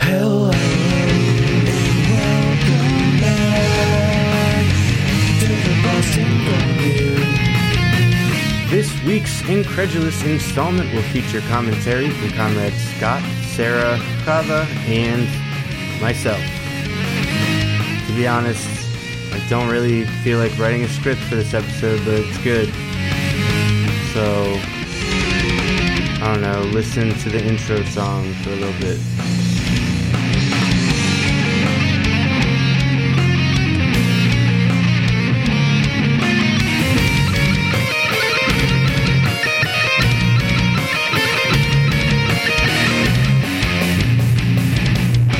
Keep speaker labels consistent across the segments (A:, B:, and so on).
A: Hello and welcome back to the Boston Review.
B: This week's Incredulous installment will feature commentary from comrades Scott, Sarah, Kava, and myself. To be honest, I don't really feel like writing a script for this episode, but it's good. So, I don't know, listen to the intro song for a little bit.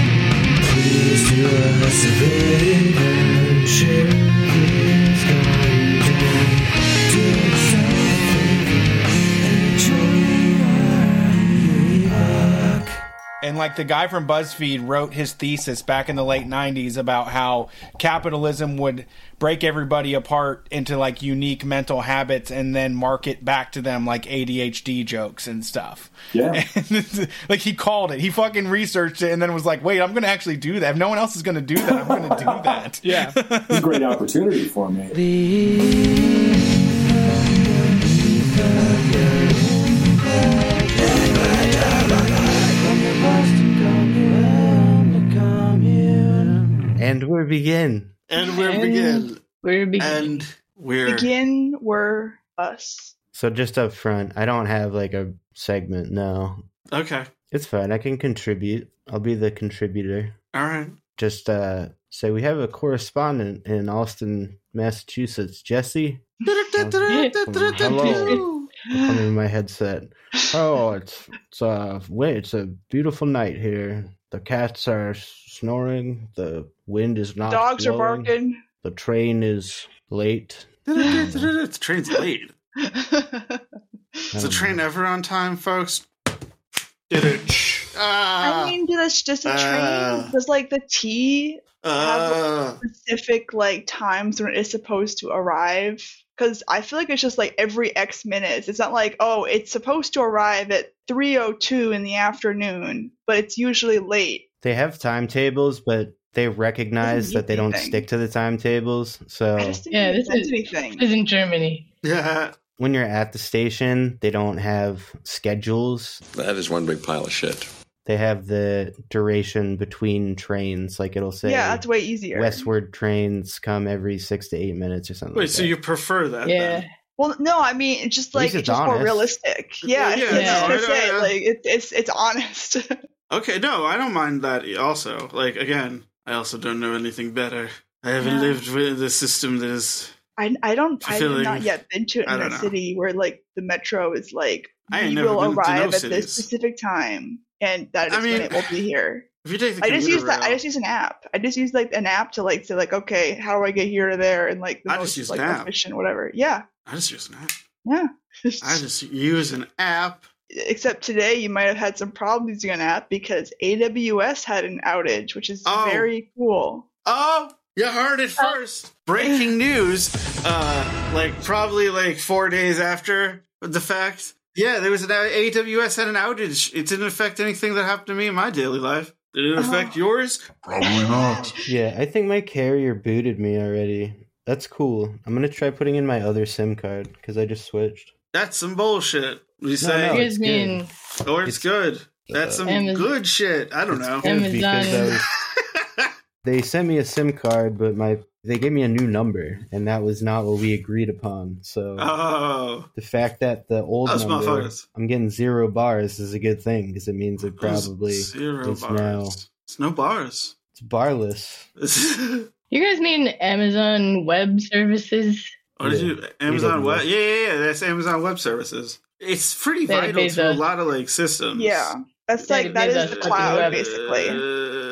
A: Please do us a favor and share this content. Do yourself a favor, enjoy our evening.
C: And like the guy from BuzzFeed wrote his thesis back in the late 90s about how capitalism would break everybody apart into like unique mental habits and then market back to them like ADHD jokes and stuff.
D: Yeah.
C: And, like he called it. He fucking researched it and then was like, wait, I'm going to actually do that. If no one else is going to do that, I'm going to do that.
E: Yeah.
D: It's a great opportunity for me.
B: And we begin.
F: And we're begin.
G: We're be-
F: And we're
G: begin. We're us.
B: So, just up front, I don't have like a segment, no.
F: okay.
B: It's fine, I can contribute. I'll be the contributor.
F: All right.
B: just uh, say we have a correspondent in Austin, Massachusetts, Jesse. Hello. Come in my headset. Oh, it's it's uh, wait, it's a beautiful night here. The cats are snoring. The wind is not.
G: Dogs are
B: blowing,
G: barking.
B: The train is late.
F: It's train's late. Is the
B: Um,
F: train ever on time, folks?
G: I
F: Ah,
G: mean, that's just a train.
F: uh,
G: Does like the T
F: uh,
G: specific like times when it's supposed to arrive? Because I feel like it's just like every X minutes. It's not like oh, it's supposed to arrive at three o two in the afternoon, but it's usually late.
B: They have timetables, but they recognize
G: Doesn't
B: that they
G: mean
B: don't
G: anything.
B: stick to the timetables.
G: I
B: So
G: just didn't
E: Yeah,
G: make
E: this
G: sense
E: is-
G: anything.
E: It's in Germany.
F: yeah.
B: when you're at the station, they don't have schedules.
H: That is one big pile of shit.
B: they have the duration between trains. Like it'll say
G: yeah, that's way easier.
B: westward trains come every six to eight minutes or something.
F: Wait,
B: like
F: so
B: that.
F: you prefer that?
E: Yeah.
G: Well, no, I mean it's just
B: At
G: like
B: least
G: it's,
B: it's
G: just more
B: honest.
G: realistic. Yeah,
F: Well,
G: it's-
F: yeah,
G: that's
E: no,
G: just
F: I- I-
G: it.
F: I-
G: Like it, it's it's honest.
F: Then? Okay. No, I don't mind that. e-, Also, like again, I also don't know anything better. I haven't
G: Yeah.
F: lived with a system that is.
G: I I don't I have
F: Fulfilling.
G: not yet been to
F: I
G: in
F: don't
G: a
F: know.
G: city where like the metro is like
F: I ain't
G: we
F: never
G: will
F: been to no
G: arrive at
F: cities.
G: this specific time and that is
F: I
G: when
F: mean-
G: it will be here.
F: If you take the
G: I just
F: commuter
G: use that I
F: rail-
G: just use an app. I just use like an app to like say like okay, how do I get here to there and like the
F: I
G: most,
F: just use
G: like
F: an app.
G: efficient whatever. Yeah.
F: I just use an app.
G: Yeah.
F: I just use an app.
G: Except today you might have had some problems using an app because AWS had an outage, which is
F: Oh.
G: very cool.
F: Oh, you heard it first. Breaking news. Uh, like probably like four days after the fact. Yeah, there was an AWS had an outage. It didn't affect anything that happened to me in my daily life. Did it affect yours? Probably not.
B: yeah, I think my carrier booted me already. That's cool. I'm gonna try putting in my other SIM card because I just switched.
F: That's some bullshit. We
B: no,
F: say,
B: it's
E: Here's me and
F: or it's good. That's some
E: Amazon-
F: good shit. I don't
B: It's
F: know.
B: good because I
E: Amazon.
B: was- they sent me a SIM card, but my they gave me a new number, and that was not what we agreed upon. So.
F: Oh,
B: the fact that the old
F: Those
B: number,
F: motherfuckers.
B: I'm getting zero bars is a good thing because it means it probably it's
F: zero
B: is now-
F: bars. It's no bars.
B: barless.
E: You guys mean Amazon Web Services?
F: What Oh, did
B: Yeah.
F: you Amazon
B: AWS.
F: Web? Yeah, yeah, yeah. That's Amazon Web Services. It's pretty
E: Yeah,
F: vital
E: it's
F: to a
E: a-
F: lot of like systems.
G: Yeah, that's
E: Yeah,
G: like
E: to
G: that
E: be
G: is
E: the
G: the cloud
E: web.
G: basically.
F: Uh,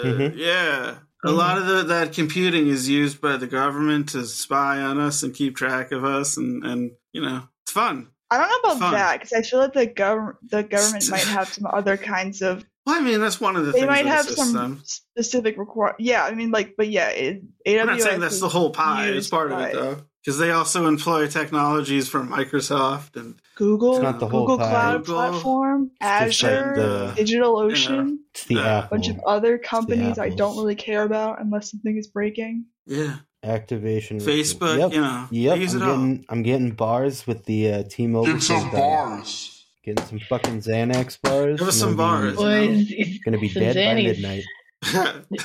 B: Mhm.
F: Yeah. A
E: Mhm.
F: lot of the, that computing is used by the government to spy on us and keep track of us, and, and you know it's fun.
G: I don't know about
F: Fun.
G: that because I feel that the government the government might have some other kinds of
F: Well, I mean that's one of the
G: they
F: things.
G: might
F: of the
G: have
F: system.
G: some specific require. Yeah, I mean like but yeah, it, AWS.
F: I'm not saying that's
G: is
F: the whole pie. It's
G: used
F: part of
G: by-
F: it though. because they also employ technologies from Microsoft and
G: Google,
B: It's not the whole
G: Google
B: pie.
G: Cloud
F: Google.
G: Platform,
B: It's just like
G: Azure,
B: the-
G: DigitalOcean,
B: It's the
F: Yeah.
G: a bunch of
B: Apple
G: other companies I
B: apples.
G: don't really care about unless something is breaking.
F: yeah,
B: activation.
F: Facebook.
B: Mm-hmm. Yep.
F: You know,
B: Yep,
F: they use
B: I'm
F: it all.
B: getting I'm getting bars with the uh, T-Mobile.
H: Get some
B: system.
H: bars.
B: Getting some fucking Xanax bars.
F: Give us some
B: Gonna be-
F: bars.
E: Boys,
B: Gonna be
E: some
B: dead by
E: Xannies.
B: midnight.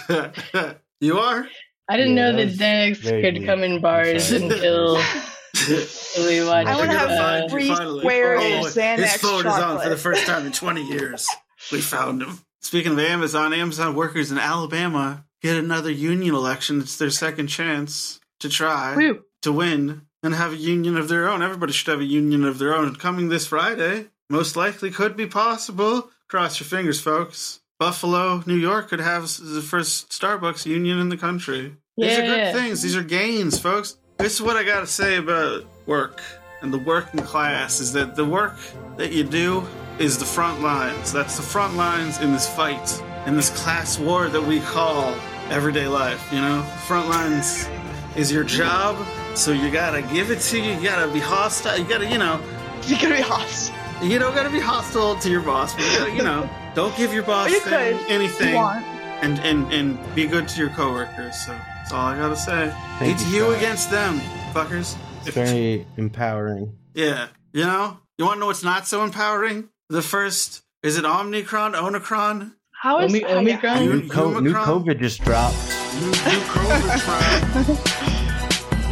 F: you are.
E: I didn't
B: Yeah,
E: know
B: that
E: that
B: was
E: Xanax
B: very
E: could
B: bleak.
E: come in bars
B: I'm sorry.
E: until we watched.
G: I wanna
E: uh,
G: have fun. three squares of Xanax
F: Oh, His phone is on for the
G: chocolate.
F: first time in 20 years. We found him. Speaking of Amazon, Amazon workers in Alabama get another union election. It's their second chance to try
G: Whew.
F: to win and have a union of their own. Everybody should have a union of their own. Coming this Friday, most likely could be possible. Cross your fingers, folks. Buffalo, New York could have s- the first Starbucks union in the country. These are
E: Yeah.
F: good things. These are gains, folks. This is what I gotta say about work and the working class is that the work that you do is the front lines. That's the front lines in this fight, in this class war that we call everyday life, you know? Front lines is your job, so you gotta give it to you, you gotta be hostile, you gotta, you know,
G: You could be hostile.
F: you don't gotta be hostile to your boss, but you, gotta, you know, don't give your boss
G: You
F: thing-
G: could.
F: anything
G: You want.
F: and and and be good to your coworkers. So that's all I gotta say.
B: Thank
F: it's
B: you,
F: you
B: Scott.
F: against them, fuckers.
B: It's very empowering.
F: Yeah, you know. You want to know what's not so empowering? The first is it Omnicron, Omicron,
G: How is
E: Omi-
G: how-
E: Omicron?
F: You-
B: New, co-
F: Omicron?
B: new COVID just dropped.
F: new, new Omicron.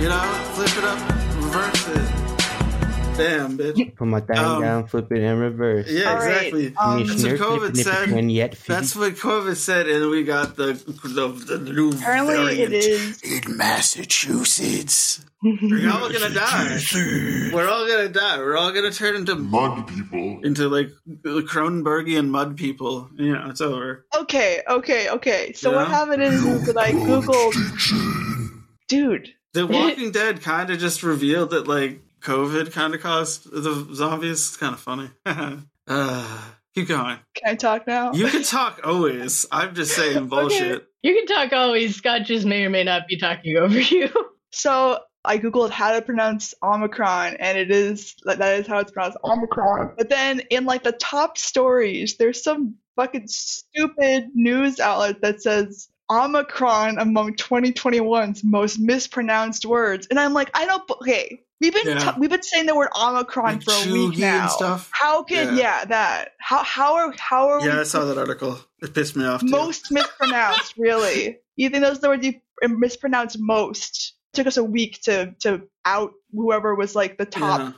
F: you know, flip it up, reverse it. Damn, bitch.
B: Put my thing
F: Um,
B: down, flip it, and reverse.
F: Yeah,
G: All right,
F: exactly.
G: um,
B: Nish,
F: that's what
B: nurse,
F: COVID
B: nip, nip,
F: said.
B: when yet feet.
F: That's what COVID said, and we got the the, the new
G: Apparently,
F: variant.
G: it is.
F: in Massachusetts. We're all gonna die. We're all gonna die. We're all gonna turn into
H: Mud people.
F: into like Cronenbergian mud people. You know, it's over.
G: Okay, okay, okay. So what
F: Yeah.
G: happened is, is that I googled, dude.
F: The Walking Dead kind of just revealed that like COVID kind of caused the zombies. It's kind of funny. uh, keep going.
G: Can I talk now?
F: You can talk always. I'm just saying bullshit.
E: You can talk always. Scott just may or may not be talking over you.
G: So I googled how to pronounce Omicron, and it is like, that is how it's pronounced Omicron. But then in like the top stories, there's some fucking stupid news outlet that says Omicron among 2021's most mispronounced words, and I'm like, I don't. b- Okay, we've been
F: Yeah.
G: t- we've been saying the word Omicron
F: Like
G: for a
F: Chugi
G: week
F: and
G: now.
F: stuff.
G: How can
F: Yeah.
G: yeah. that how how are how are
F: Yeah, I
G: we
F: saw that article. It pissed me off. Too.
G: most mispronounced, really. You think those are the words you mispronounce most? took us a week to to out whoever was like the top
F: Yeah.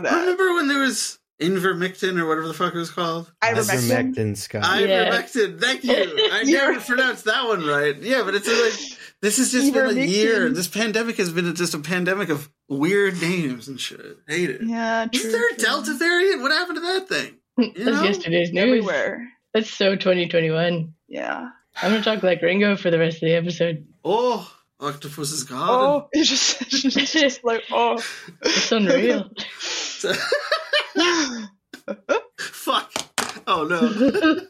G: that.
F: Remember when there was invermectin or whatever the fuck it was called?
G: Ivermectin.
B: Ivermectin, Scott.
F: Ivermectin. Thank you. I
G: You're-
F: never pronounced that one right. Yeah, but it's like this has just been a
G: Ivermectin.
F: year. This pandemic has been just a pandemic of weird names and shit. Hate it.
G: Yeah, true.
F: Is there a
G: true.
F: Delta variant? What happened to that thing?
E: That's
F: know?
E: yesterday's news.
G: everywhere?
E: That's so 2021.
G: Yeah.
E: I'm gonna talk like Ringo for the rest of the episode.
F: Oh, octopus is gone.
G: Oh, it's just, it's just like oh,
E: It's unreal.
F: Fuck. Oh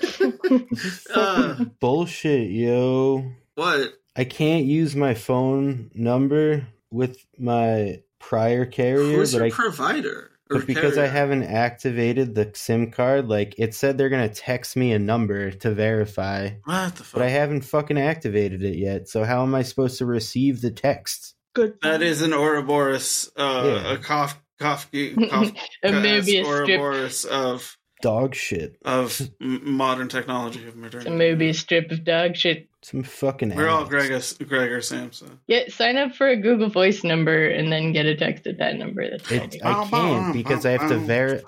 F: no. uh,
B: Bullshit, yo.
F: what?
B: I can't use my phone number with my prior carrier,
F: Who's
B: but
F: your
B: I
F: provider? Or
B: but because I
F: carrier?
B: haven't activated the SIM card, like it said they're gonna text me a number to verify,
F: what the fuck?
B: but I haven't fucking activated it yet. So how am I supposed to receive the text?
G: good.
F: That is an Ouroboros, uh,
B: Yeah.
F: a cough, cough, cough,
E: A Mobius strip.
F: Ouroboros of
B: Dog shit.
F: of m- modern technology of modernity.
E: A Mobius strip of dog shit.
B: Some fucking.
F: We're all
B: addicts.
F: Gregor, Gregor Samson.
E: Yeah, sign up for a Google Voice number and then get a text at that number. That's all I
B: It,
E: do.
B: I can't because I have to ver.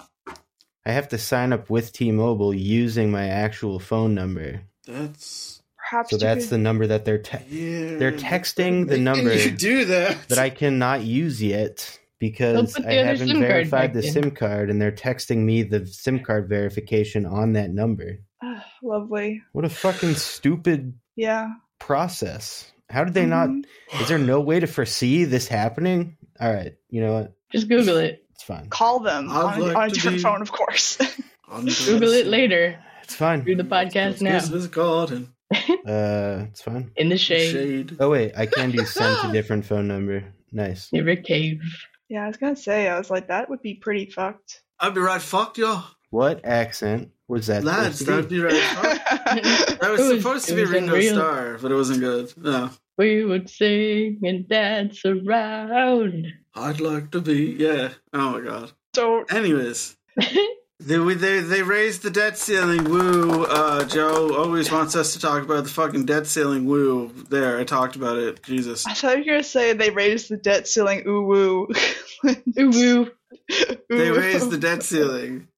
B: I have to sign up with T-Mobile using my actual phone number.
F: That's
G: Perhaps
B: So
G: you
B: that's the
G: could-
B: number that they're te-
F: yeah.
B: they're texting the
F: And
B: number
F: You do that.
B: that I cannot use yet because
E: They'll put
B: I
E: the other
B: haven't
E: SIM card
B: verified
E: back
B: the
E: in.
B: SIM card, and they're texting me the SIM card verification on that number.
G: Ah, lovely.
B: What a fucking stupid
G: Yeah.
B: process! How did they not?
E: Mm-hmm.
G: Mhm.
B: Is there no way to foresee this happening? All right, you know what?
E: Just Google it.
B: It's fine.
G: call them
F: I'd
G: on, a-
F: like
G: on a
F: to
G: different
F: be-
G: phone, of course?
E: Google it later.
B: It's fine.
E: Do the podcast now.
F: This is called and
B: Uh, it's fine.
E: in the shade,
F: Shade.
B: Oh wait, I can do send to different phone number. Nice.
E: near a cave.
G: Yeah, I was gonna say, I was like, that would be pretty fucked.
F: I'd be right fucked, y'all.
B: What accent was that?
F: Lads,
B: supposed to
F: that'd
B: be?
F: be right fucked. That was,
E: It was-
F: supposed to
E: it
F: be
E: was
F: Ringo
E: unreal.
F: Starr, but it wasn't good. No.
E: We would sing and dance around.
F: I'd like to be, yeah. Oh my god.
G: so
F: Anyways, They, we- they they raised the debt ceiling. Woo! Uh, Joe always wants us to talk about the fucking debt ceiling. Woo! There, I talked about it. Jesus.
G: I thought you were gonna say they raised the debt ceiling. Ooh woo.
E: Ooh, woo.
F: They raised the debt ceiling.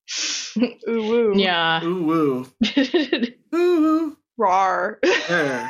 G: Ooh woo.
E: Yeah.
F: Ooh woo. Ooh woo.
G: Rar.
F: There.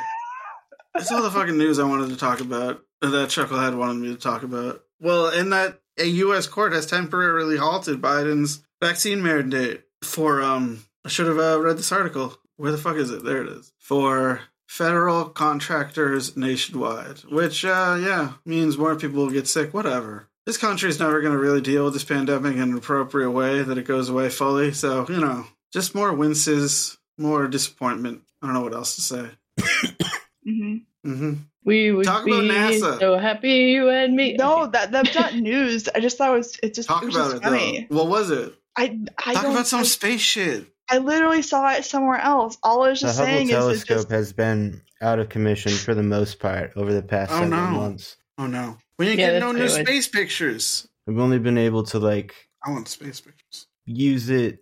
F: That's all the fucking news I wanted to talk about. uh, That Chucklehead wanted me to talk about. Well, and that a U.S. court has temporarily halted Biden's vaccine mandate for um. I should have uh, read this article. Where the fuck is it? There it is. For federal contractors nationwide, which uh, yeah means more people will get sick. Whatever. This country's never going to really deal with this pandemic in an appropriate way that it goes away fully. So you know, just more winces, more disappointment. I don't know what else to say.
E: Mm-hmm.
G: hmm
F: hmm
E: We would
F: Talk
E: be
F: about NASA.
E: so happy you and me.
G: No, that that's not news. I just thought it was it just
F: Talk
G: it was
F: about
G: just
F: it
G: funny.
F: though. What was it?
G: I I
F: Talk
G: don't,
F: about some
G: I,
F: space shit.
G: I literally saw it somewhere else. All I was
B: The
G: just
B: Hubble
G: saying is it's
B: telescope
G: just
B: has been out of commission for the most part over the past
F: Oh,
B: several
F: no.
B: months.
F: Oh no, we ain't
E: Yeah,
F: getting no
E: that's
F: new
E: good.
F: space pictures.
B: I've only been able to like
F: I want space pictures.
B: use it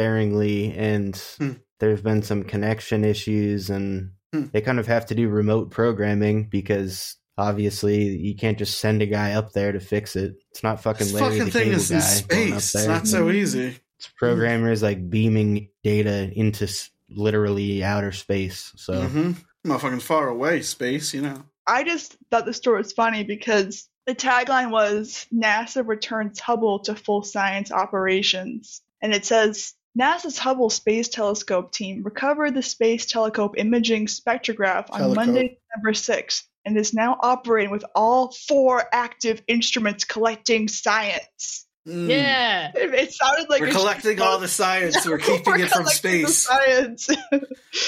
B: sparingly, and
F: Hmm.
B: there have been some connection issues, and
F: Hmm.
B: they kind of have to do remote programming because obviously you can't just send a guy up there to fix it. It's not fucking
F: This
B: Larry
F: fucking
B: the
F: thing
B: Cable
F: is
B: Guy
F: in
B: going up
F: space. It's
B: there.
F: not
G: Mm-hmm.
F: so easy.
B: It's programmers like beaming data into s- literally outer space. So.
F: Mm-hmm. Motherfucking far away space, you know.
G: I just thought the story was funny because the tagline was NASA returns Hubble to full science operations. And it says NASA's Hubble Space Telescope team recovered the Space Telescope Imaging Spectrograph on
F: Telescope.
G: Monday, December 6th, and is now operating with all four active instruments collecting science.
F: Mm.
E: Yeah.
G: It, it sounded like
F: we're
G: a-
F: collecting all the science. We're keeping it from
G: collecting the
F: space.
G: science.
F: We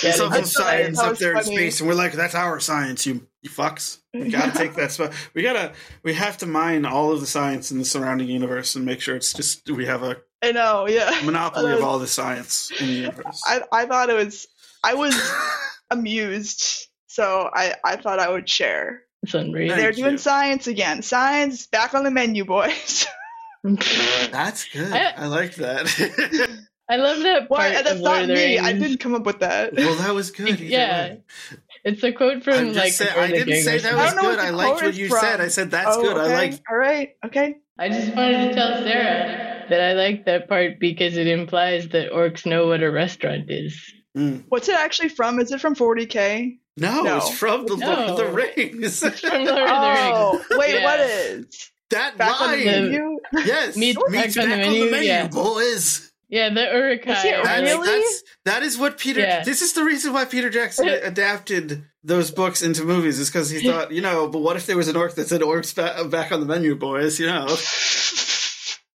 E: Yeah,
F: saw some
E: they did
G: just- I
F: science
G: thought it
F: up
G: was
F: there in
G: funny.
F: space, and we're like, "That's our science, you you fucks. We gotta take that spot. We gotta. We have to mine all of the science in the surrounding universe and make sure it's just we have a
G: I know, yeah.
F: monopoly of all the science in the universe."
G: I, I thought it was. I was amused, so I, I thought I would share.
E: It's unreal.
F: Thank
G: They're doing
F: you.
G: science again. Science is back on the menu, boys.
F: That's good.
E: I-
F: I, like that.
E: I love that part
G: what?
E: of
G: That's
E: Lord
G: not
E: of the
G: me. I
E: Rings.
G: didn't come up with that.
F: well, that was good. either
E: Yeah.
F: way.
E: It's a quote
F: I'm
E: from
F: just
E: like.
F: say-
E: Before
F: I
E: the
F: didn't
E: Gang
F: say
E: or
F: that
E: something.
F: was
G: I don't know
F: good.
G: what
F: I
G: the
F: liked
G: quote
F: what
G: is
F: you
G: from.
F: said. I said that's
G: Oh,
F: good.
G: okay.
F: I liked.
G: All right. Okay.
E: I just wanted to tell Sarah that I like that part because it implies that orcs know what a restaurant is.
F: Mm.
G: What's it actually from? Is it from 40k?
F: No,
G: No.
F: it's from the Lord of the Rings.
E: It's from Lord of the
G: Oh,
E: Rings.
G: wait.
E: Yeah.
G: What is?
F: that
G: Back on the
E: Why?
F: line.
G: menu.
F: yes, meat
E: Meat
F: back, on, the menu,
E: yeah.
F: boys.
E: Yeah, the
G: Is
E: Urukai.
G: it
F: That's,
E: are
G: really?
E: like-
F: that's that is what Peter.
E: Yeah.
F: This is the reason why Peter Jackson adapted those books into movies is because he thought, you know, but what if there was an orc that said "orcs ba- back on the menu, boys"? You know,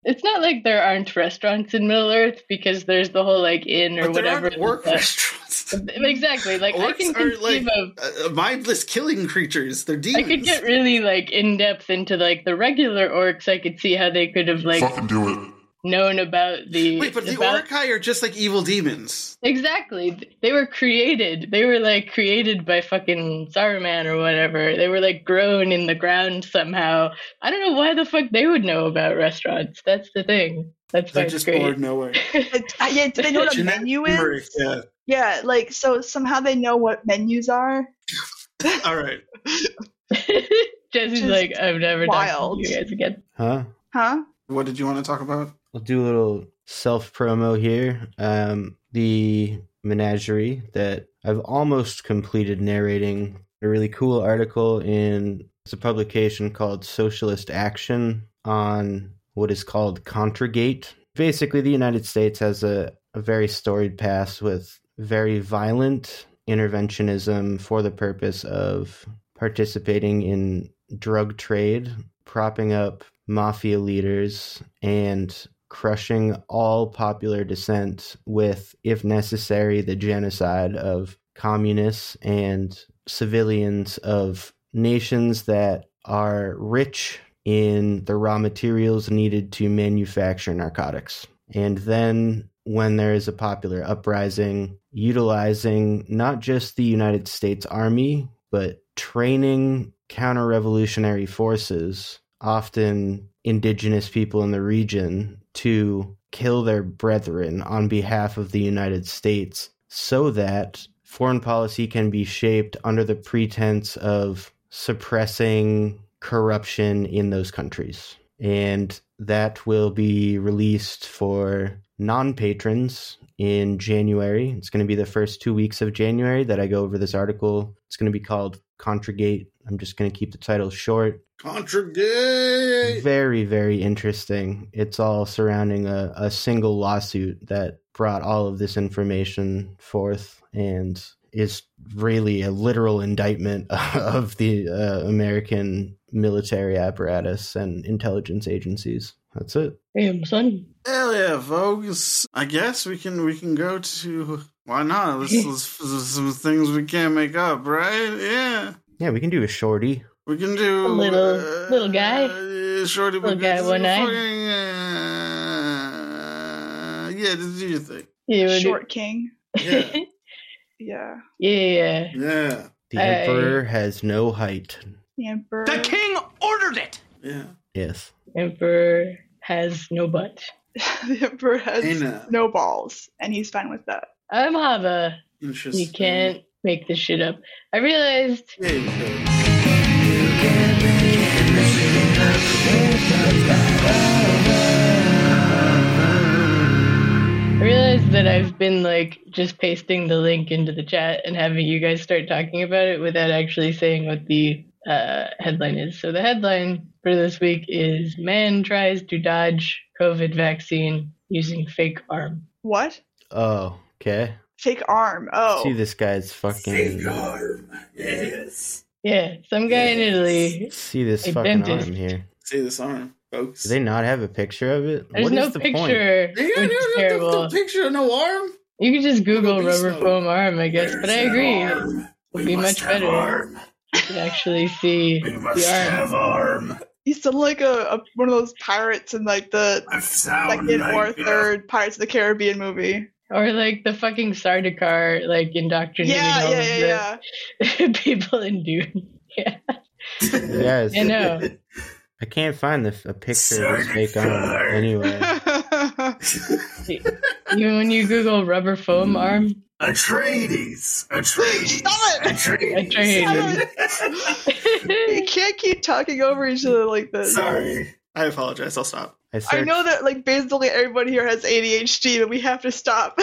E: It's not like there aren't restaurants in Middle Earth because there's the whole like inn or
F: but there
E: whatever.
F: aren't orc
E: Uh,
F: restaurants.
E: Exactly. Like I
F: Orcs
E: can
F: are, like,
E: conceive of
F: Uh, mindless killing creatures. They're
E: I
F: demons.
E: could get really like in depth into like the regular orcs. I could see how they could have like
H: Fucking do it.
E: known about the
F: Wait, but the
E: about-
F: Orcai are just like evil demons.
E: Exactly. They were created. They were like created by fucking Saruman or whatever. They were like grown in the ground somehow. I don't know why the fuck they would know about restaurants. That's the thing. That's why
F: They're
E: it's
F: just
E: great.
F: bored nowhere.
G: It- uh, yeah. Do they know what a
F: Genetic
G: menu
F: memory,
G: is?
F: Yeah.
G: Yeah. Like so. Somehow they know what menus are.
F: All right.
E: Jesse's
G: Just
E: like, I've never
G: wild.
E: talked to you guys again.
B: Huh?
G: Huh?
F: What did you want to talk about?
B: I'll do a little self promo here. Um, the menagerie that I've almost completed narrating a really cool article in it's a publication called Socialist Action on what is called Contragate. Basically, the United States has a, a very storied past with very violent interventionism for the purpose of participating in drug trade, propping up mafia leaders, and crushing all popular dissent with, if necessary, the genocide of communists and civilians of nations that are rich in the raw materials needed to manufacture narcotics. And then, when there is a popular uprising, utilizing not just the United States Army, but training counter revolutionary forces, often indigenous people in the region, to kill their brethren on behalf of the United States so that foreign policy can be shaped under the pretense of suppressing corruption in those countries. And that will be released for non patrons in January. It's going to be the first two weeks of January that I go over this article. It's going to be called Contragate. I'm just going to keep the title short.
F: Contragate.
B: Very, very interesting. It's all surrounding a, a single lawsuit that brought all of this information forth and is really a literal indictment of the uh, American military apparatus and intelligence agencies. That's it.
E: Damn, son.
F: Hell yeah, folks! I guess we can we can go to why not? This is some things we can't make up, right? Yeah,
B: Yeah, we can do a shorty.
F: we can do
E: A little- little guy.
F: uh, shorty
E: Little guy,
F: because-
E: one eye.
F: fucking, uh, yeah, just do your thing.
E: You would-
G: Short King.
F: Yeah,
G: Yeah.
E: yeah.
F: yeah,
B: The
E: Hey.
B: emperor has no height.
G: The Emperor.
H: The king ordered it.
F: yeah.
B: Yes.
E: Emperor has no butt.
G: the Emperor has
F: Aina.
G: no balls, and he's fine with that.
E: I'm Hava.
F: Interesting.
E: You can't make this shit up. I realized
F: Yeah, you can.
E: I realized that I've been like just pasting the link into the chat and having you guys start talking about it without actually saying what the uh, headline is. So the headline for this week is Man tries to dodge COVID vaccine using fake arm.
G: What?
B: Oh, okay.
G: Fake arm. Oh.
B: See, this guy's fucking.
E: Yeah, some guy in Italy.
B: See this
E: A
B: fucking
E: dentist.
B: arm here.
F: See this arm, folks.
B: Do they not have a picture of it?
E: There's
B: What is
E: no
B: the point?
E: picture.
F: Yeah,
E: which
F: no,
E: is
F: no, no,
E: terrible.
F: no picture, no arm.
E: You could just Google
F: There'll be
E: rubber
F: snow.
E: foam arm, I guess, but I agree. It would be much better. You could actually see the arm.
G: He's still like a, a one of those pirates in like the second or third Pirates of the Caribbean movie.
E: Or like the fucking Sardaukar, like indoctrinating
G: Yeah,
E: all
G: yeah,
E: of
G: yeah,
E: the
G: yeah.
E: people in Dune. Yeah,
B: Yes.
E: I know.
B: I can't find the, a picture of this fake arm anyway.
E: Even when you Google rubber foam arm,
A: Atreides! Atreides!
G: Stop it!
E: I
A: Atreides!
E: train.
G: Stop it! You can't keep talking over each other like this.
A: Sorry.
F: I apologize. I'll stop.
B: I,
G: I
B: searched,
G: know that like basically everybody here has ADHD, but we have to stop.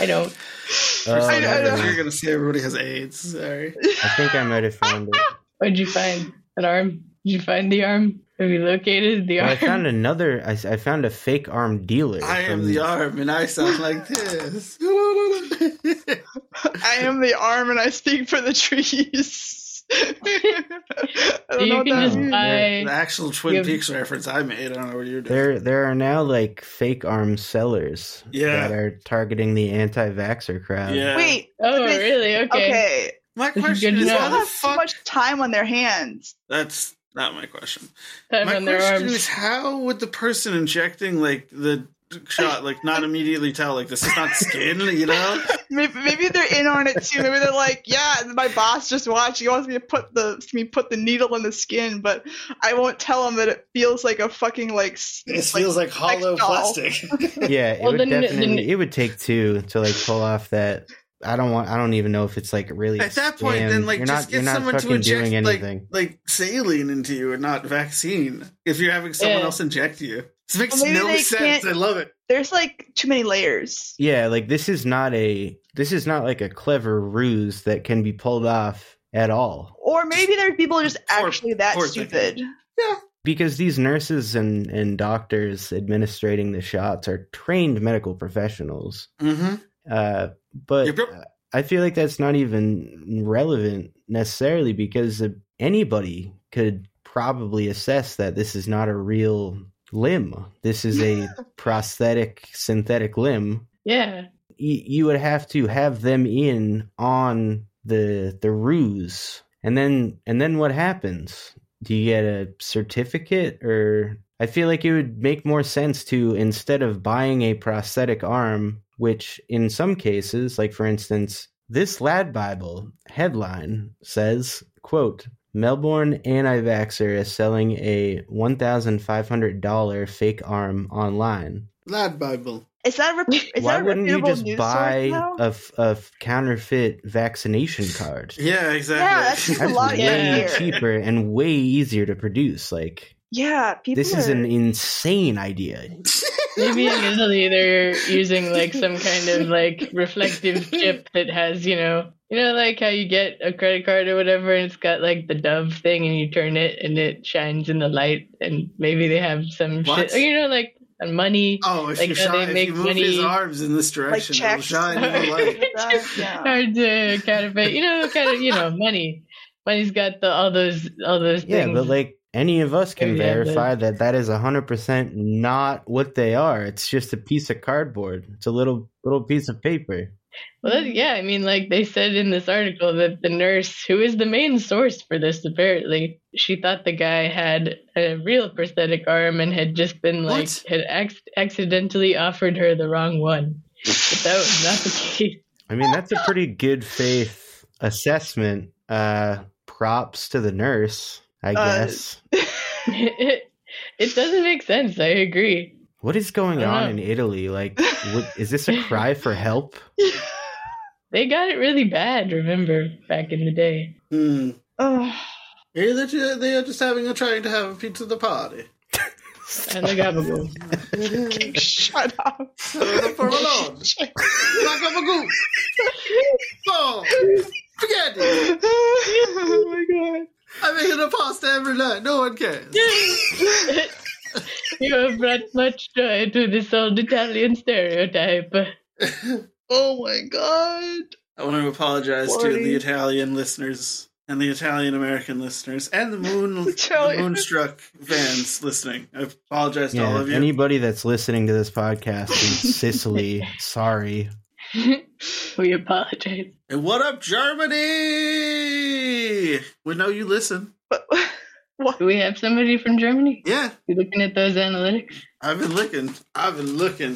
E: I don't.
B: oh,
F: For some
G: I know, I
B: never
G: know.
F: reason,
B: mind.
F: You're gonna say everybody has AIDS. Sorry.
B: I think I might have found it.
E: What'd you find? An arm? Did you find the arm? Have you located the
B: Well, I
E: arm?
B: found another. I, s- I found a fake arm dealer.
F: I am
B: from-
F: the arm, and I sound like this.
G: I am the arm and I speak for the trees. I don't know
E: you
G: what
E: can
G: that
E: just
G: means.
E: buy.
F: the actual Twin
E: Give-
F: Peaks reference I made. I don't know what you're doing.
B: There, there are now like fake arm sellers
F: Yeah.
B: that are targeting the anti-vaxxer crowd.
F: Yeah.
G: Wait,
E: Oh,
G: This-
E: really? Okay.
G: okay.
F: My
E: This is
F: question
E: good
F: is,
E: to know.
F: how
G: People
F: the
G: have so
F: fuck?
G: much time on their hands.
F: That's not my question.
E: Time
F: My
E: on their
F: question
E: arms.
F: is, how would the person injecting like the shot like not immediately tell like this is not skin? You know?
G: Maybe, maybe they're in on it too. Maybe they're like, yeah, my boss just watched. He wants me to put the me put the needle in the skin, but I won't tell him that it feels like a fucking like. s- like-
F: like
G: hollow doll. plastic.
B: yeah. It
E: Well,
B: would
E: then- then-
B: definitely. it would take two to like pull off that. I don't want. I don't even know if it's like really.
F: At that point,
B: scanned.
F: then like
B: You're
F: just
B: not- you're
F: get
B: not
F: someone to
B: fucking
F: inject
B: doing
F: like
B: anything.
F: like saline into you and not vaccine. If you're having someone
E: Yeah.
F: else inject you, this makes
G: Well, maybe
F: no
G: they
F: sense.
G: can't-
F: I love it.
G: There's like too many layers.
B: Yeah, like this is not a. This is not like a clever ruse that can be pulled off at all.
G: Or maybe there are people just
F: Poor-
G: actually that
F: poor thing.
G: stupid.
B: because these nurses and, and doctors administering the shots are trained medical professionals.
F: Mm-hmm.
B: Uh, but
F: Yep, yep.
B: uh, I feel like that's not even relevant necessarily because uh, anybody could probably assess that this is not a real limb. This is a prosthetic synthetic limb.
E: Yeah.
B: y- you would have to have them in on the the ruse, and then and then what happens? Do you get a certificate, or I feel like it would make more sense to instead of buying a prosthetic arm, which in some cases, like for instance, this Lad Bible headline says, "quote Melbourne anti-vaxxer is selling a $1,500 fake arm online."
F: Lad Bible.
G: Is that a rep- is
B: Why
G: that a
B: wouldn't you
G: reputable
B: just
G: news
B: buy
G: source now?
B: a, f- a f- counterfeit vaccination card?
F: Yeah,
G: Yeah, that's
F: exactly.
G: just a lot
B: way
E: Yeah.
G: easier.
B: cheaper and way easier to produce. Like
G: Yeah, people.
B: this is
G: are-
B: an insane idea.
E: Maybe in Italy they're using like some kind of like reflective chip that has, you know, you know, like how you get a credit card or whatever, and it's got like the dove thing, and you turn it, and it shines in the light, and maybe they have some
F: What?
E: shit, or, you know, like on money.
F: Oh, if
E: Like
F: you
E: how
F: shot,
E: they
F: if
E: make
F: you move
E: money-
F: his arms in this direction, it'll
G: checks.
F: shine in the light.
G: yeah.
E: Hard to counterfeit, you know, kind of, you know, money. Money's got the all those all those
B: Yeah,
E: things.
B: but like any of us can
E: Maybe I would.
B: verify that that is 100% not what they are. It's just a piece of cardboard. It's a little little piece of paper.
E: Well, that, yeah, I mean, like they said in this article that the nurse, who is the main source for this, apparently, she thought the guy had a real prosthetic arm and had just been like,
F: What?
E: had ac- accidentally offered her the wrong one. But that was not the case.
B: I mean, that's a pretty good faith assessment. Uh props to the nurse, I
G: Uh,
B: guess.
E: it, it doesn't make sense. I agree.
B: What is going
E: I don't
B: on
E: know.
B: in Italy? Like, what, is this a cry for help?
E: They got it really bad, remember, back in the day.
F: Hmm.
G: Ugh.
F: Maybe they're just, they are just having a trying to have a piece of the party.
E: And they got
G: Shut up.
F: So the poor alone. Knock up a goose. Oh, forget it.
G: oh my
F: I'm making a pasta every night. No one cares.
E: you have brought much joy to this old Italian stereotype.
G: god. Oh my god.
F: I want to apologize to
G: Forty.
F: the Italian listeners and the Italian American listeners and the moon the
G: Italian.
F: moonstruck fans listening. I apologize to all
B: Yeah,
F: of you.
B: anybody that's listening to this podcast in Sicily, sorry.
E: we apologize.
F: and what up, Germany? We know you listen.
G: But what?
E: Do we have somebody from Germany?
F: Yeah,
E: You looking at those analytics?
F: I've been looking. I've been looking.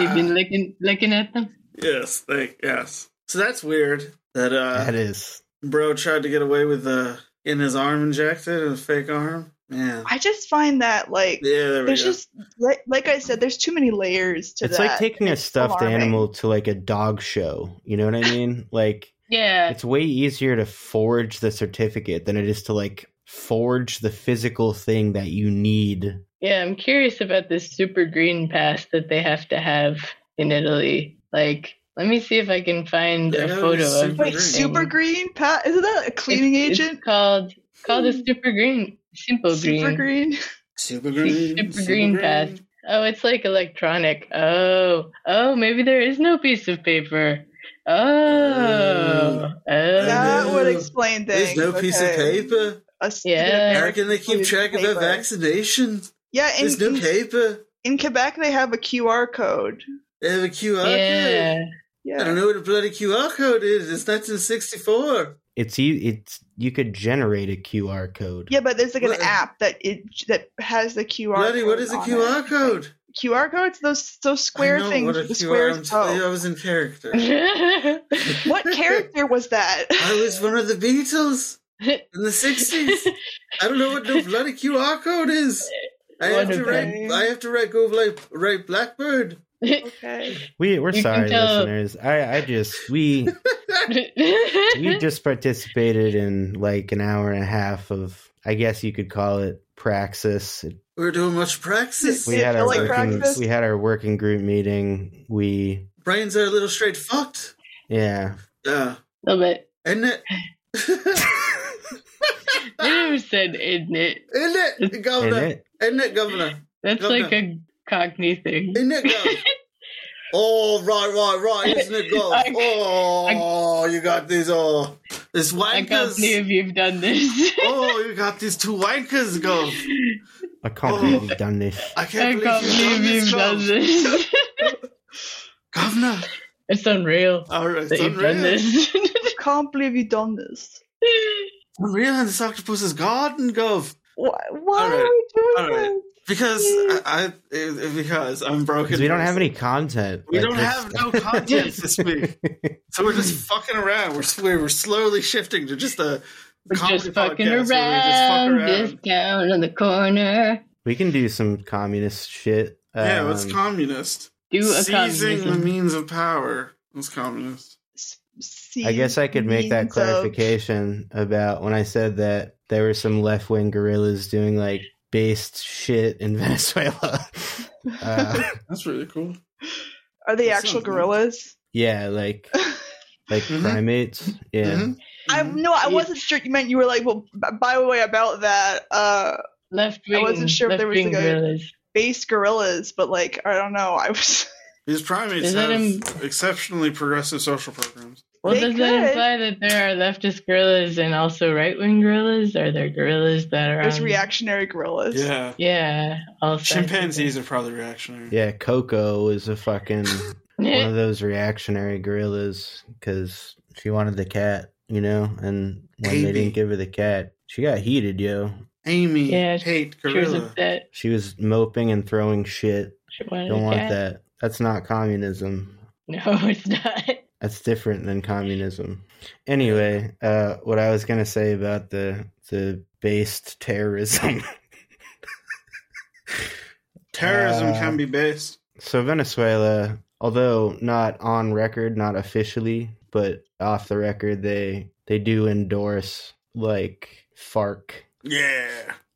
E: You've been looking looking at them.
F: Yes, thank yes. So that's weird that uh
B: That is.
F: bro tried to get away with uh getting his arm injected, a fake arm. Man.
G: I just find that like
F: Yeah, there we
G: there's
F: go.
G: just like, like I said, there's too many layers to
B: It's
G: that.
B: like taking a stuffed
G: alarming.
B: animal to like a dog show. You know what I mean? Like,
E: Yeah.
B: it's way easier to forge the certificate than it is to like forge the physical thing that you need.
E: Yeah, I'm curious about this super green pass that they have to have in Italy. Like, let me see if I can find
F: Yeah,
E: a
F: it's
E: photo of
F: super
G: Wait,
F: green.
G: super green pat? Isn't that a cleaning
E: It's-
G: agent? Hmm.
E: It's called called a super green simple green.
G: Super green.
F: super green.
E: Super green path. Oh, it's like electronic. Oh, oh, maybe there is no piece of paper. Oh, oh,
G: That would
F: no.
G: explain things.
F: There's no piece of
G: okay.
F: paper.
G: A stupid
E: Yeah.
F: How
G: American
F: can they keep
G: piece of
F: track of their
G: paper.
F: vaccinations?
G: Yeah, in,
F: There's no
G: in,
F: paper.
G: in Quebec they have a QR code.
F: They have a QR
E: yeah.
F: code. I don't
G: Yeah.
F: know what a bloody QR code is. It's 1964.
B: It's you. It's you could generate a QR code.
G: Yeah, but there's like an
F: What-
G: app that it that has the QR.
F: Bloody,
G: code
F: what is a
G: on
F: QR
G: it.
F: code?
G: QR codes? Those those
F: I
G: square
F: know
G: things.
F: what a
G: with the
F: QR
G: squares.
F: I'm sorry, I
G: Oh,
F: was in character.
G: what character was that?
F: I was one of the Beatles in the sixties. I don't know what no bloody QR code is. I have
E: What
F: to
E: a
F: write.
G: thing.
F: I have to write. Go like write Blackbird.
G: okay.
B: We we're
E: You can
B: sorry,
E: tell-
B: listeners. I I just we we just participated in like an hour and a half of i guess you could call it praxis
F: We're doing much praxis.
B: we
G: Did it
B: had our
G: feel like
B: working,
G: praxis?
B: we had our working group meeting we
F: Brains are a little straight fucked.
B: yeah
F: Yeah,
E: little bit.
F: isn't it?
E: They
F: Ah.
E: never said isn't it.
F: isn't it,
B: and
F: governor?
B: it
F: Isn't it, governor?
E: That's
F: Love
E: like a Cockney thing.
F: Isn't it, governor? Oh right, right, right! Isn't it, gov?
E: I-
F: Oh, you got these. Oh, this
E: I can't
F: wankers.
E: believe you've done this.
F: Oh, you got these two wankers, gov.
B: i can't
F: Oh.
B: believe you've done this
F: I
E: I
F: can't
E: can't
F: believe, you
E: believe you've done this.
F: Governor,
E: It's unreal
F: All right,
E: that
F: it's
E: you've done
F: unreal.
E: this.
G: Can't believe you've done this.
F: Unreal and this octopus is garden gov
G: Why, why
F: All
G: are
F: right.
G: we doing
F: All right.
G: this?
F: because I, I eh, because I'm broken.
B: Because we don't have any content.
F: We
B: Like,
F: don't
B: that's-
F: have no content this week, so we're just fucking around. We're s- we're slowly shifting to just a
E: We're
F: comedy
E: just fucking
F: podcast where we just fuck
E: around,
F: around.
E: this town on the corner.
B: we can do some communist shit.
F: Yeah, what's
B: Um,
F: communist?
E: Do a
F: Seizing the
E: communism.
F: means of power. What's communist?
G: S-
B: I guess I could make that
G: means of-
B: clarification about when I said that there were some left wing guerrillas doing like based shit in Venezuela. uh,
F: That's really cool.
G: Are they
F: That
G: actual
F: sounds nice.
G: gorillas?
B: yeah, like like
F: Mhm.
B: primates. Yeah,
F: Mhm.
G: I no, I
E: Yeah.
G: wasn't sure. You meant you were like, well, b- by the way, about that uh
E: Left wing.
G: I wasn't sure if there was
E: left-wing
G: like a-
E: guerrillas.
G: base gorillas, but like I don't know. I was
F: These primates
E: Is that
F: have
E: in-
F: exceptionally progressive social programs.
E: Well,
G: They
E: does
G: could.
E: that imply that there are leftist gorillas and also right wing gorillas? Are there gorillas that are
B: Um,
G: there's
E: on-
G: reactionary gorillas.
F: Yeah.
E: Yeah, all sides of
F: Chimpanzees are probably reactionary.
B: yeah. Coco is a fucking
E: it.
B: one of those reactionary gorillas because she wanted the cat, you know, and when they
F: Amy.
B: didn't give her the cat, she got heated, yo.
F: Amy,
E: Yeah,
F: hate
E: She was
F: gorilla.
E: upset.
B: She was moping and throwing shit.
E: She wanted
B: Don't
E: a
B: want
E: cat.
B: that. That's not communism.
E: No, it's not.
B: That's different than communism. Anyway, uh, what I was gonna say about the the based terrorism.
F: Terrorism
B: Uh,
F: can be based.
B: so Venezuela, although not on record, not officially, but off the record, they they do endorse like FARC
F: Yeah.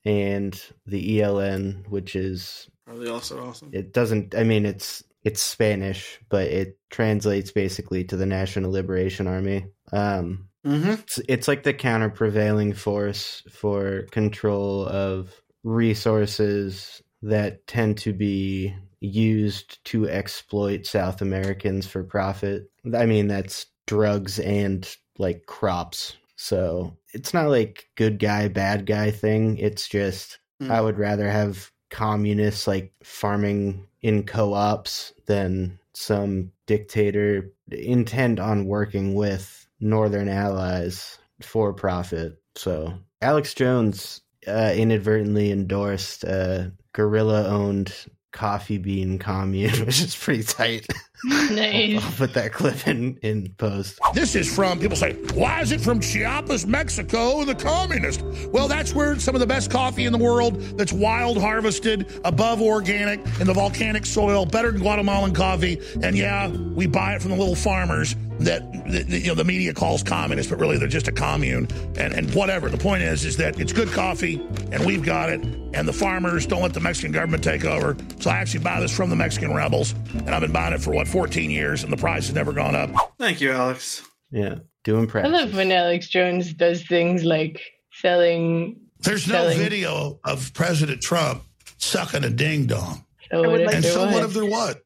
B: and the ELN, which is
F: Probably also awesome.
B: it doesn't. I mean, it's it's Spanish, but it translates basically to the National Liberation Army. Um,
F: Mm-hmm.
B: it's, it's like the counter prevailing force for control of resources that tend to be used to exploit South Americans for profit. I mean, that's drugs and like crops. So it's not like good guy, bad guy thing. It's just
F: Mm.
B: I would rather have communists like farming in co ops than some dictator intent on working with Northern allies for profit. So Alex Jones uh, inadvertently endorsed a gorilla owned coffee bean commune, which is pretty tight.
E: Nice.
B: I'll put that clip in, in post.
H: This is from people say, why is it from Chiapas, Mexico, the communist? Well, that's where some of the best coffee in the world that's wild harvested, above organic, in the volcanic soil, better than Guatemalan coffee. And yeah, we buy it from the little farmers that, that that, you know the media calls communist, but really they're just a commune and, and whatever. The point is is that it's good coffee and we've got it, and the farmers don't let the Mexican government take over. So I actually buy this from the Mexican rebels, and I've been buying it for what 14 years, and the price has never gone up.
F: Thank you, Alex.
B: Yeah, doing
E: I
B: practice.
E: love when Alex Jones does things like selling.
H: There's no
E: Selling.
H: video of President Trump sucking a ding dong.
E: So
G: I
E: what
G: would
E: if
G: like
H: And
E: there
H: so what if
E: was?
H: there was?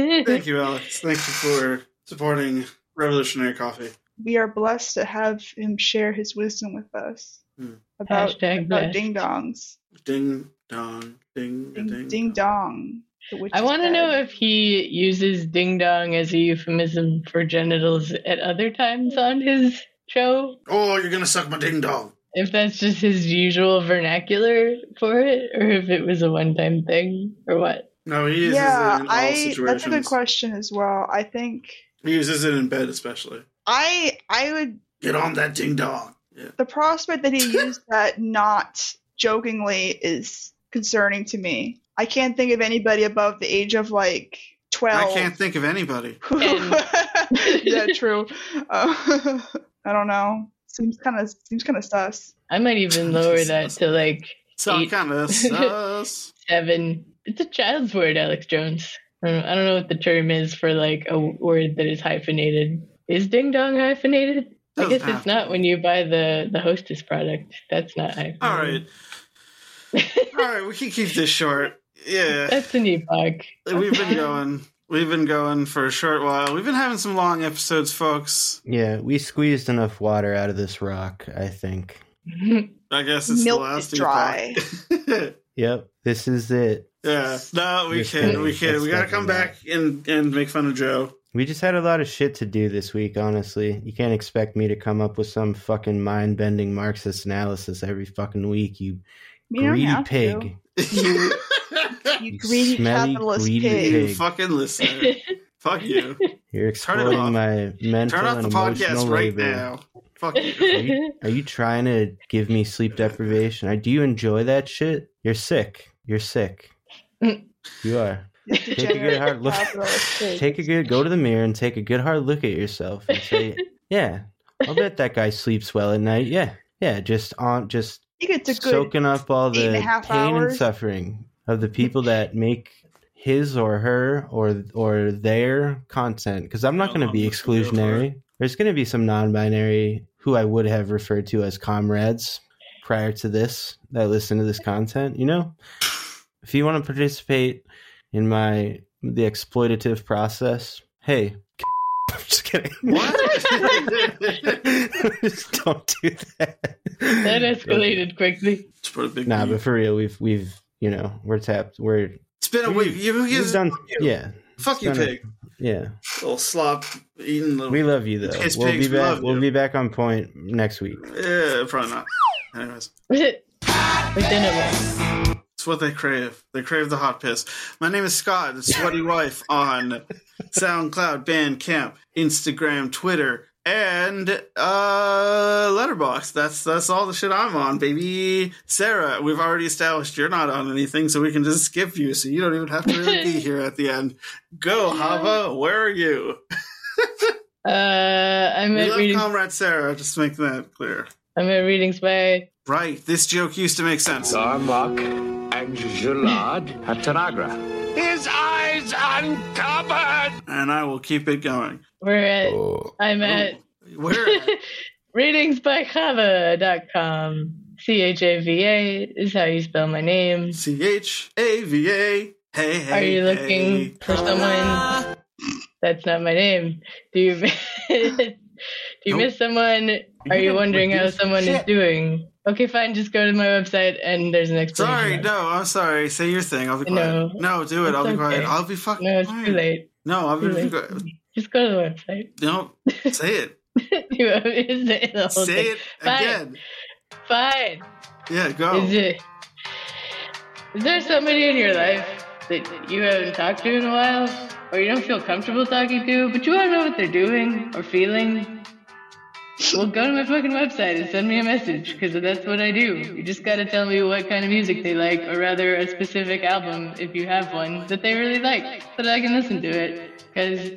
F: Yeah. Thank you, Alex. Thank you for supporting Revolutionary Coffee.
G: We are blessed to have him share his wisdom with us
F: Hmm.
G: about,
E: Hashtag
G: about
E: blessed.
G: ding dongs,
F: Ding dong, ding
G: ding,
F: ding.
G: ding dong. the witch's
E: I want to
G: bed.
E: know if he uses ding dong as a euphemism for genitals at other times on his show.
F: Oh, you're gonna suck my ding dong.
E: If that's just his usual vernacular for it, or if it was a one time thing, or what.
F: No, he uses it
G: yeah,
F: in all
G: I
F: situations.
G: that's a good question as well. I think
F: He uses it in bed, especially.
G: I I would
F: Get on that ding dong. Yeah.
G: the prospect that he used that not jokingly is concerning to me. I can't think of anybody above the age of like twelve.
F: I can't think of anybody.
G: Who- yeah, true. Uh, I don't know. Seems kind of seems kind of sus.
E: I might even lower that to like
F: So
E: Eight.
F: kind of sus.
E: seven. It's a child's word, Alex Jones. I don't, I don't know what the term is for like a word that is hyphenated. Is ding dong hyphenated? I
F: Doesn't
E: guess
F: have
E: it's
F: to
E: not
F: be.
E: when you buy the the Hostess product. That's not hyphenated.
F: All right. All right, we can keep this short. Yeah,
E: That's an epoch.
F: we've been going. We've been going for a short while. We've been having some long episodes, folks.
B: yeah, we squeezed enough water out of this rock, I think.
F: I guess it's
G: Milk
F: the last
G: is dry.
F: epoch.
B: Yep, this is it.
F: Yeah, no, we
B: Just
F: can't.
B: kidding.
F: We can't.
B: That's
F: We gotta
B: definitely
F: come back and and make fun of Joe.
B: We just had a lot of shit to do this week, honestly. You can't expect me to come up with some fucking mind bending Marxist analysis every fucking week, you
G: You don't
B: greedy
G: have to.
B: pig.
G: You, you
B: You
G: greedy
B: smelly,
G: capitalist
B: greedy
G: pig.
B: pig.
F: You fucking listener. Fuck you.
B: You're
F: Turn it off.
B: exploiting my mental
F: Turn off
B: and
F: the
B: emotional
F: podcast right
B: labor.
F: now. Fuck you.
B: Are you, are you trying to give me sleep deprivation? Or do you enjoy that shit? You're sick. You're sick. you are. Take a good
G: Degenerate
B: hard look.
G: capitalist pig.
B: Take a good go to the mirror and take a good hard look at yourself and say, "Yeah, I'll bet that guy sleeps well at night." Yeah, yeah, just on just
G: He gets a good
B: soaking up all
G: eight and a
B: the
G: half
B: pain and
G: hours.
B: suffering of the people that make his or her or or their content because i'm not
F: No,
B: going to be
F: I'm just gonna go for
B: exclusionary there's going to be some non-binary who i would have referred to as comrades prior to this that listen to this content you know if you want to participate in my the exploitative process hey i'm just kidding
F: What?
B: just don't do that
E: That escalated quickly.
F: Just put a big
B: Nah,
F: beep.
B: but for real, we've we've you know we're tapped. We're
F: it's been a
B: we-
F: week. You, you,
B: we've done. Yeah,
F: fuck you,
B: done a-
F: pig.
B: yeah.
F: Little slop eating little.
B: We love you though.
F: Piss
B: we'll
F: pigs,
B: be
F: we
B: back.
F: love
B: We'll
F: you.
B: be back on point next week.
F: yeah, probably not. Anyways,
E: Within a month.
F: it's what they crave. They crave the hot piss. My name is Scott, the sweaty wife on SoundCloud, Bandcamp, Instagram, Twitter, and uh Letterbox. That's that's all the shit I'm on, baby. Sarah, we've already established you're not on anything, so we can just skip you, so you don't even have to really be here at the end. Go, Hava. Where are you?
E: Uh, I'm
F: We
E: at
F: love
E: readings.
F: Comrade Sarah. Just make that clear.
E: I'm at readings by.
F: Right, this joke used to make sense.
I: Armak and Gillard at Tanagra. His eyes uncovered!
F: and I will keep it going.
E: We're at. I'm at
F: Where?
E: readingsbychava.com. C H A V A is how you spell my name.
F: C H A V A. Hey, hey.
E: Are you looking
F: hey.
E: for someone? That's not my name. Do you do you
F: Nope.
E: miss someone? Are you wondering how someone is doing? Okay, fine. Just go to my website and there's an explanation.
F: Sorry, no, I'm sorry. Say your thing. I'll be
E: No.
F: quiet. No, do it.
E: It's
F: I'll be quiet.
E: okay.
F: I'll be fucking
E: No, it's
F: quiet.
E: too late.
F: No, I'll
E: Too
F: be
E: late.
F: quiet.
E: Just go to the website.
F: No, say it.
E: you want me to say the whole
F: say
E: thing?
F: it
E: Fine.
F: again.
E: Fine.
F: Yeah, go.
E: Is it? Is there somebody in your life that you haven't talked to in a while, or you don't feel comfortable talking to, but you want to know what they're doing or feeling? Well, go to my fucking website and send me a message, because that's what I do. You just gotta tell me what kind of music they like, or rather, a specific album, if you have one, that they really like, so that I can listen to it. Because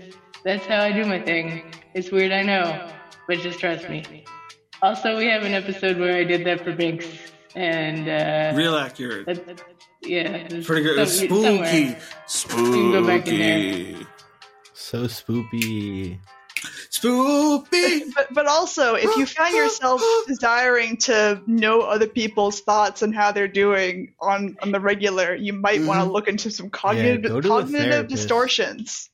E: that's how I do my thing. It's weird, I know, but just trust me. Also, we have an episode where I did that for Binks, and uh,
F: Real accurate.
E: that- that- yeah, it's
F: Pretty good.
E: some-
F: spooky.
E: somewhere.
F: Spooky.
E: can go back in
B: So spoopy.
F: Spooky.
G: But but also, if you find yourself desiring to know other people's thoughts and how they're doing on on the regular, you might want to look into some cognitive
B: Mm-hmm. go to a
G: cognitive
B: therapist.
G: distortions.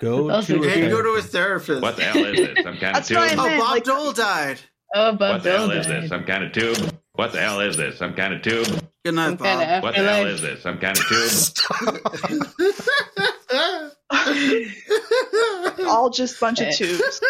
B: Go
E: Also
B: to a
E: good.
F: Hey, go to a
B: therapist.
F: therapist.
I: What the hell is this? Some kind of
G: That's what I
I: tube?
F: Oh,
G: meant.
F: Bob
G: like,
F: Dole died.
E: Oh, Bob
I: What the hell is
E: Dylan.
I: this? Some kind of tube? What the hell is this? Some kind of tube?
F: Good
E: Some
F: night,
E: kind
F: Bob.
E: of
I: What the hell
E: afterlife.
I: is this? Some kind of tube?
G: all just bunch of tubes.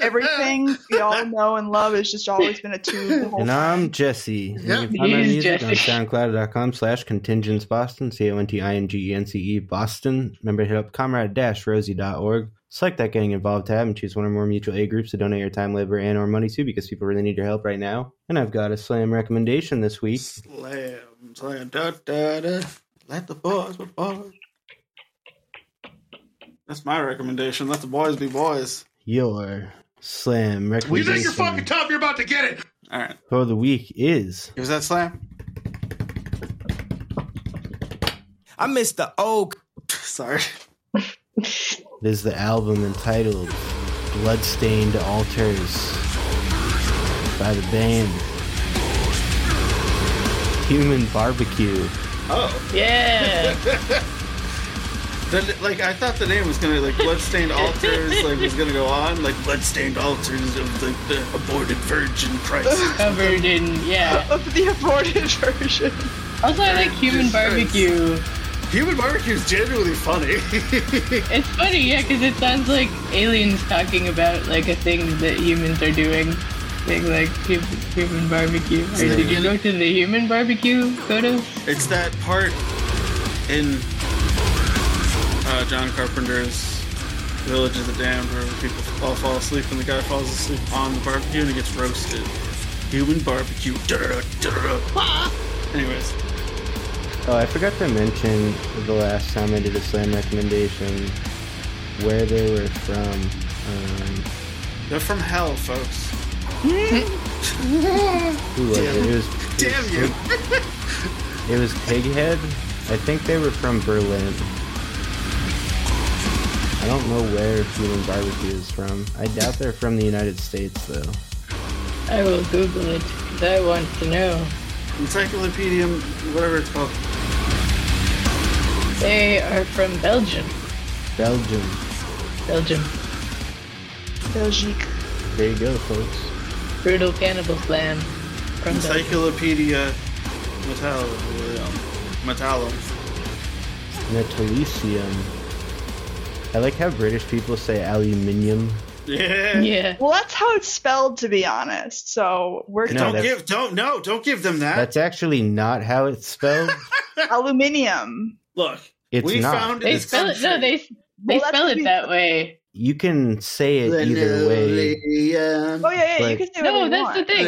G: Everything we all know and love has just always been a tube. The whole
B: And I'm Jesse. And You can find my
E: He's
B: music
E: Jesse.
B: on soundcloud.com slash contingents Boston, C O N T I N G E N C E Boston. Remember to hit up comrade rosie.org. Select that getting involved tab and choose one or more mutual aid groups to donate your time, labor, and or money to because people really need your help right now. And I've got a slam recommendation this week.
F: Slam, slam, da, da, da. Let the boys be boys. That's my recommendation. Let the boys be boys.
B: Your slam
H: You
B: recommendation
H: think you're fucking tough? You're about to get it.
F: All right.
B: for the week is
F: Here's that slam.
J: I miss the old
F: Sorry.
B: It is the album entitled Bloodstained Altars by the band Human Barbecue.
E: Yeah.
F: The, like I thought the name was gonna like bloodstained altars. Like was gonna go on like bloodstained altars of like the aborted virgin Christ.
E: Covered in, yeah.
G: of the aborted version.
E: Also, I like human barbecue
F: Human barbecue is genuinely funny.
E: It's funny, yeah, because it sounds like aliens talking about like a thing that humans are doing, thing like hu- human barbecue. Or did you look to the human barbecue photos?
F: it's that part in uh, John Carpenter's Village of the Damned where people all fall asleep and the guy falls asleep on the barbecue and he gets roasted. Human barbecue. Anyways,
B: Oh, I forgot to mention the last time I did a slam recommendation where they were from. Um,
F: they're from hell, folks.
B: who was it? It was,
F: Damn you!
B: it was Pighead. I think they were from Berlin. I don't know where Human Barbecue is from. I doubt they're from the United States, though.
E: I will Google it because I want to know.
F: Encyclopedia, whatever it's called.
E: They are from Belgium.
B: Belgium.
E: Belgium.
G: Belgique.
B: There you go, folks.
E: Brutal cannibal slam from Belgium.
F: Encyclopedia Metallum. Metallum.
B: Metalicium. I like how British people say aluminium.
F: Yeah.
E: Yeah.
G: Well, that's how it's spelled, to be honest. So we're
B: No,
F: Don't
B: that's-
F: give don't no, don't give them that.
B: That's actually not how it's spelled.
G: aluminium.
F: Look,
B: It's
F: we
B: not.
F: found
E: They
F: this
E: spell it. No,
F: country.
E: they they
G: Well, that's
E: spell
G: what
E: it
G: we-
E: that way.
B: You can say it either way.
G: Oh yeah, yeah.
B: Like-
G: you can say what
E: No,
G: you
E: that's
G: want.
E: the thing.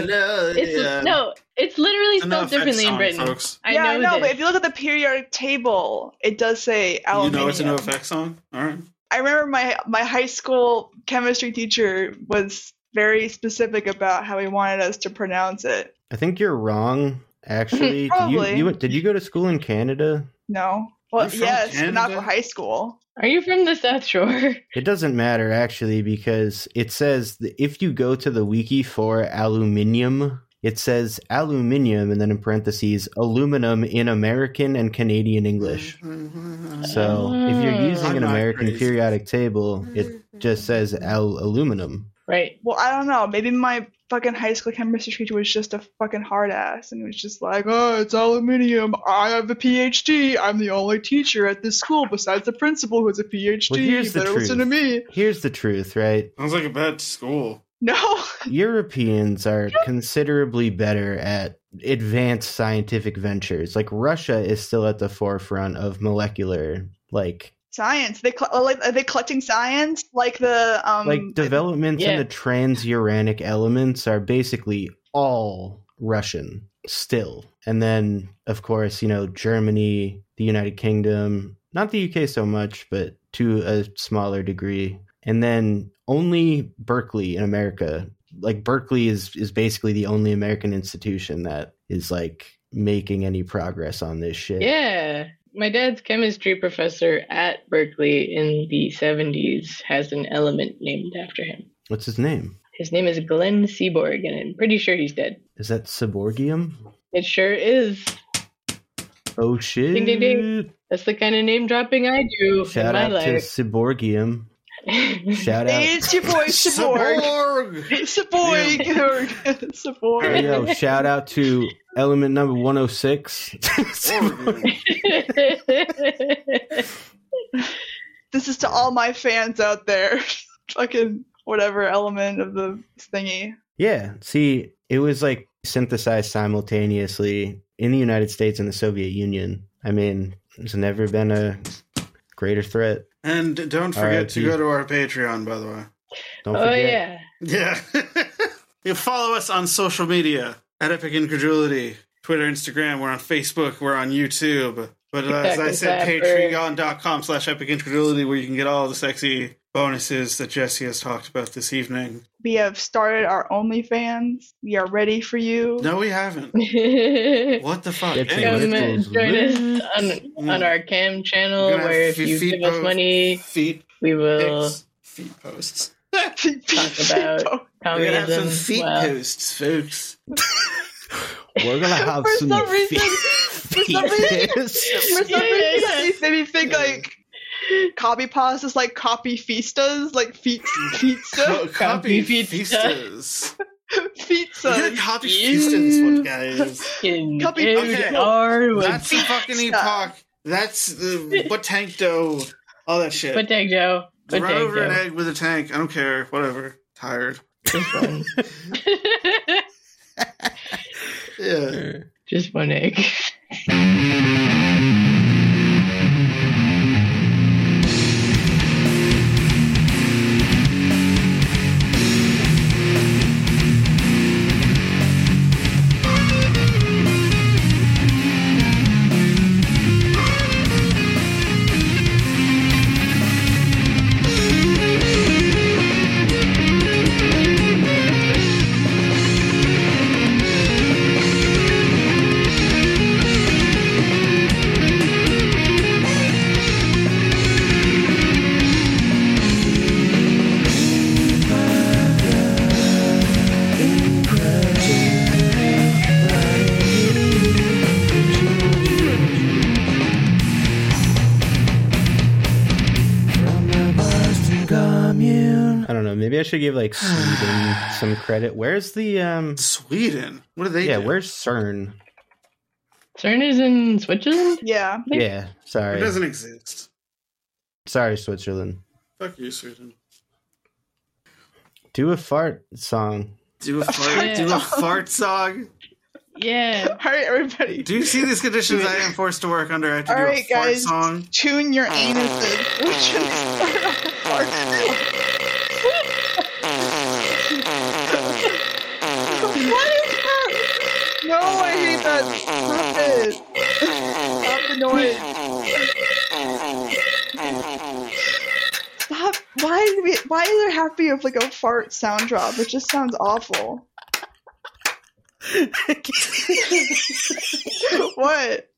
E: It's no, it's literally spelled differently in Britain.
F: folks.
E: I
G: yeah,
E: know
G: I know,
E: this.
G: but if you look at the periodic table, it does say
F: You
G: aluminium.
F: know it's a no effect song? Alright.
G: I remember my my high school chemistry teacher was very specific about how he wanted us to pronounce it.
B: I think you're wrong. Actually, Did you,
G: Probably.
B: you went- did you go to school in Canada?
G: No. Well,
F: You're from
G: yes, but not
F: Canada?
G: for high school.
E: Are you from the South Shore?
B: It doesn't matter actually because it says that if you go to the wiki for aluminium, it says aluminium and then in parentheses aluminum in American and Canadian English. So if you're using
F: I'm
B: an
F: not
B: American
F: crazy.
B: periodic table, it just says al- aluminum.
E: Right.
G: Well, I don't know. Maybe my fucking high school chemistry teacher was just a fucking hard ass and he was just like, oh, it's aluminium. I have a PhD. I'm the only teacher at this school besides the principal who has a PhD.
B: Well, here's
G: you
B: the
G: better listen to
B: truth.
G: me.
B: Here's the truth, right?
F: Sounds like a bad school.
G: No.
B: Europeans are considerably better at advanced scientific ventures. Like Russia is still at the forefront of molecular like
G: Science. They cl- like are they collecting science like the um
B: like developments in
E: Yeah.
B: the trans-uranic elements are basically all Russian still. And then of course, you know, Germany, the United Kingdom, not the UK so much, but to a smaller degree. And then only Berkeley in America. Like Berkeley is is basically the only American institution that is like making any progress on this shit.
E: Yeah. My dad's chemistry professor at Berkeley in the 70s has an element named after him.
B: What's his name?
E: His name is Glenn Seaborg, and I'm pretty sure he's dead.
B: Is that Cyborgium?
E: It sure is.
B: Oh shit.
E: Ding, ding, ding. That's the kind of name dropping I do
B: Shout
E: in my
B: out to
E: life.
B: Cyborgium. Shout out.
G: It's your boy Saborg.
F: Cyborg!
G: Saborg.
B: Hey,
G: Saborg.
B: yo, shout out to element number 106.
F: Cyborg.
G: This is to all my fans out there. Fucking whatever element of the thingy.
B: yeah, see, it was like synthesized simultaneously in the United States and the Soviet Union. I mean, there's never been a greater threat.
F: and don't forget to
B: R.I.P.
F: go to our Patreon, by the way.
B: Don't
E: oh,
B: forget.
E: yeah.
F: Yeah. you follow us on social media at Epic Incredulity, Twitter, Instagram, we're on Facebook, we're on YouTube. But uh, as I
E: Exactly,
F: said,
E: Zapper.
F: patreon.com slash epic incredulity where you can get all the sexy bonuses that Jesse has talked about this evening.
G: We have started our OnlyFans. We are ready for you.
F: No, we haven't. What the fuck?
B: That's
F: Anyway,
B: it.
E: Come uh,
B: Nipples
E: join us
B: lit.
E: on, on our cam channel
F: we're gonna
E: where if
F: have
E: you
F: feet
E: give us
F: posts-
E: money,
F: Feet
E: we will
F: pics, feet posts.
G: Talk
E: about
F: We're gonna have some
E: communism.
F: feet
E: Wow.
F: posts, folks.
B: We're gonna have
G: For
B: some
G: some reason- some
B: features.
G: For some
E: Yeah, yeah,
G: reason,
E: yeah.
G: it made me think like copy pasta is like copy feastas, like feet
F: Co-
G: pizza,
F: copy
E: feet-
F: feastas. We're gonna
G: pizza.
F: copy
E: You-
F: feastas, one guys.
E: In
G: Copy-
E: every
F: okay.
E: hour with
F: That's the fucking
G: Pizza.
F: epoch That's the Botankdo, all that shit.
E: Botankdo.
F: Run over an
E: Botankdo.
F: egg with a tank. I don't care. Whatever. Tired. yeah.
E: Just one egg.
B: I don't know. Maybe I should give like Sweden some credit. Where's the um
F: Sweden? What are they?
B: Yeah, where's CERN?
E: CERN is in Switzerland?
G: Yeah.
B: Yeah, sorry.
F: It doesn't exist.
B: Sorry, Switzerland.
F: Fuck you, Sweden.
B: Do a fart song.
F: Do a fart. do a fart song.
E: Yeah.
G: All right, everybody.
F: Do you see these conditions I am forced to work under? I have to
G: All
F: do
G: right,
F: a fart
G: guys.
F: song.
G: Tune your anuses. We're gonna start our fart. what is that? No, I hate that. Stop it. Stop the noise. Stop. Why? do we- Why is there have to be like a fart sound drop? It just sounds awful. what?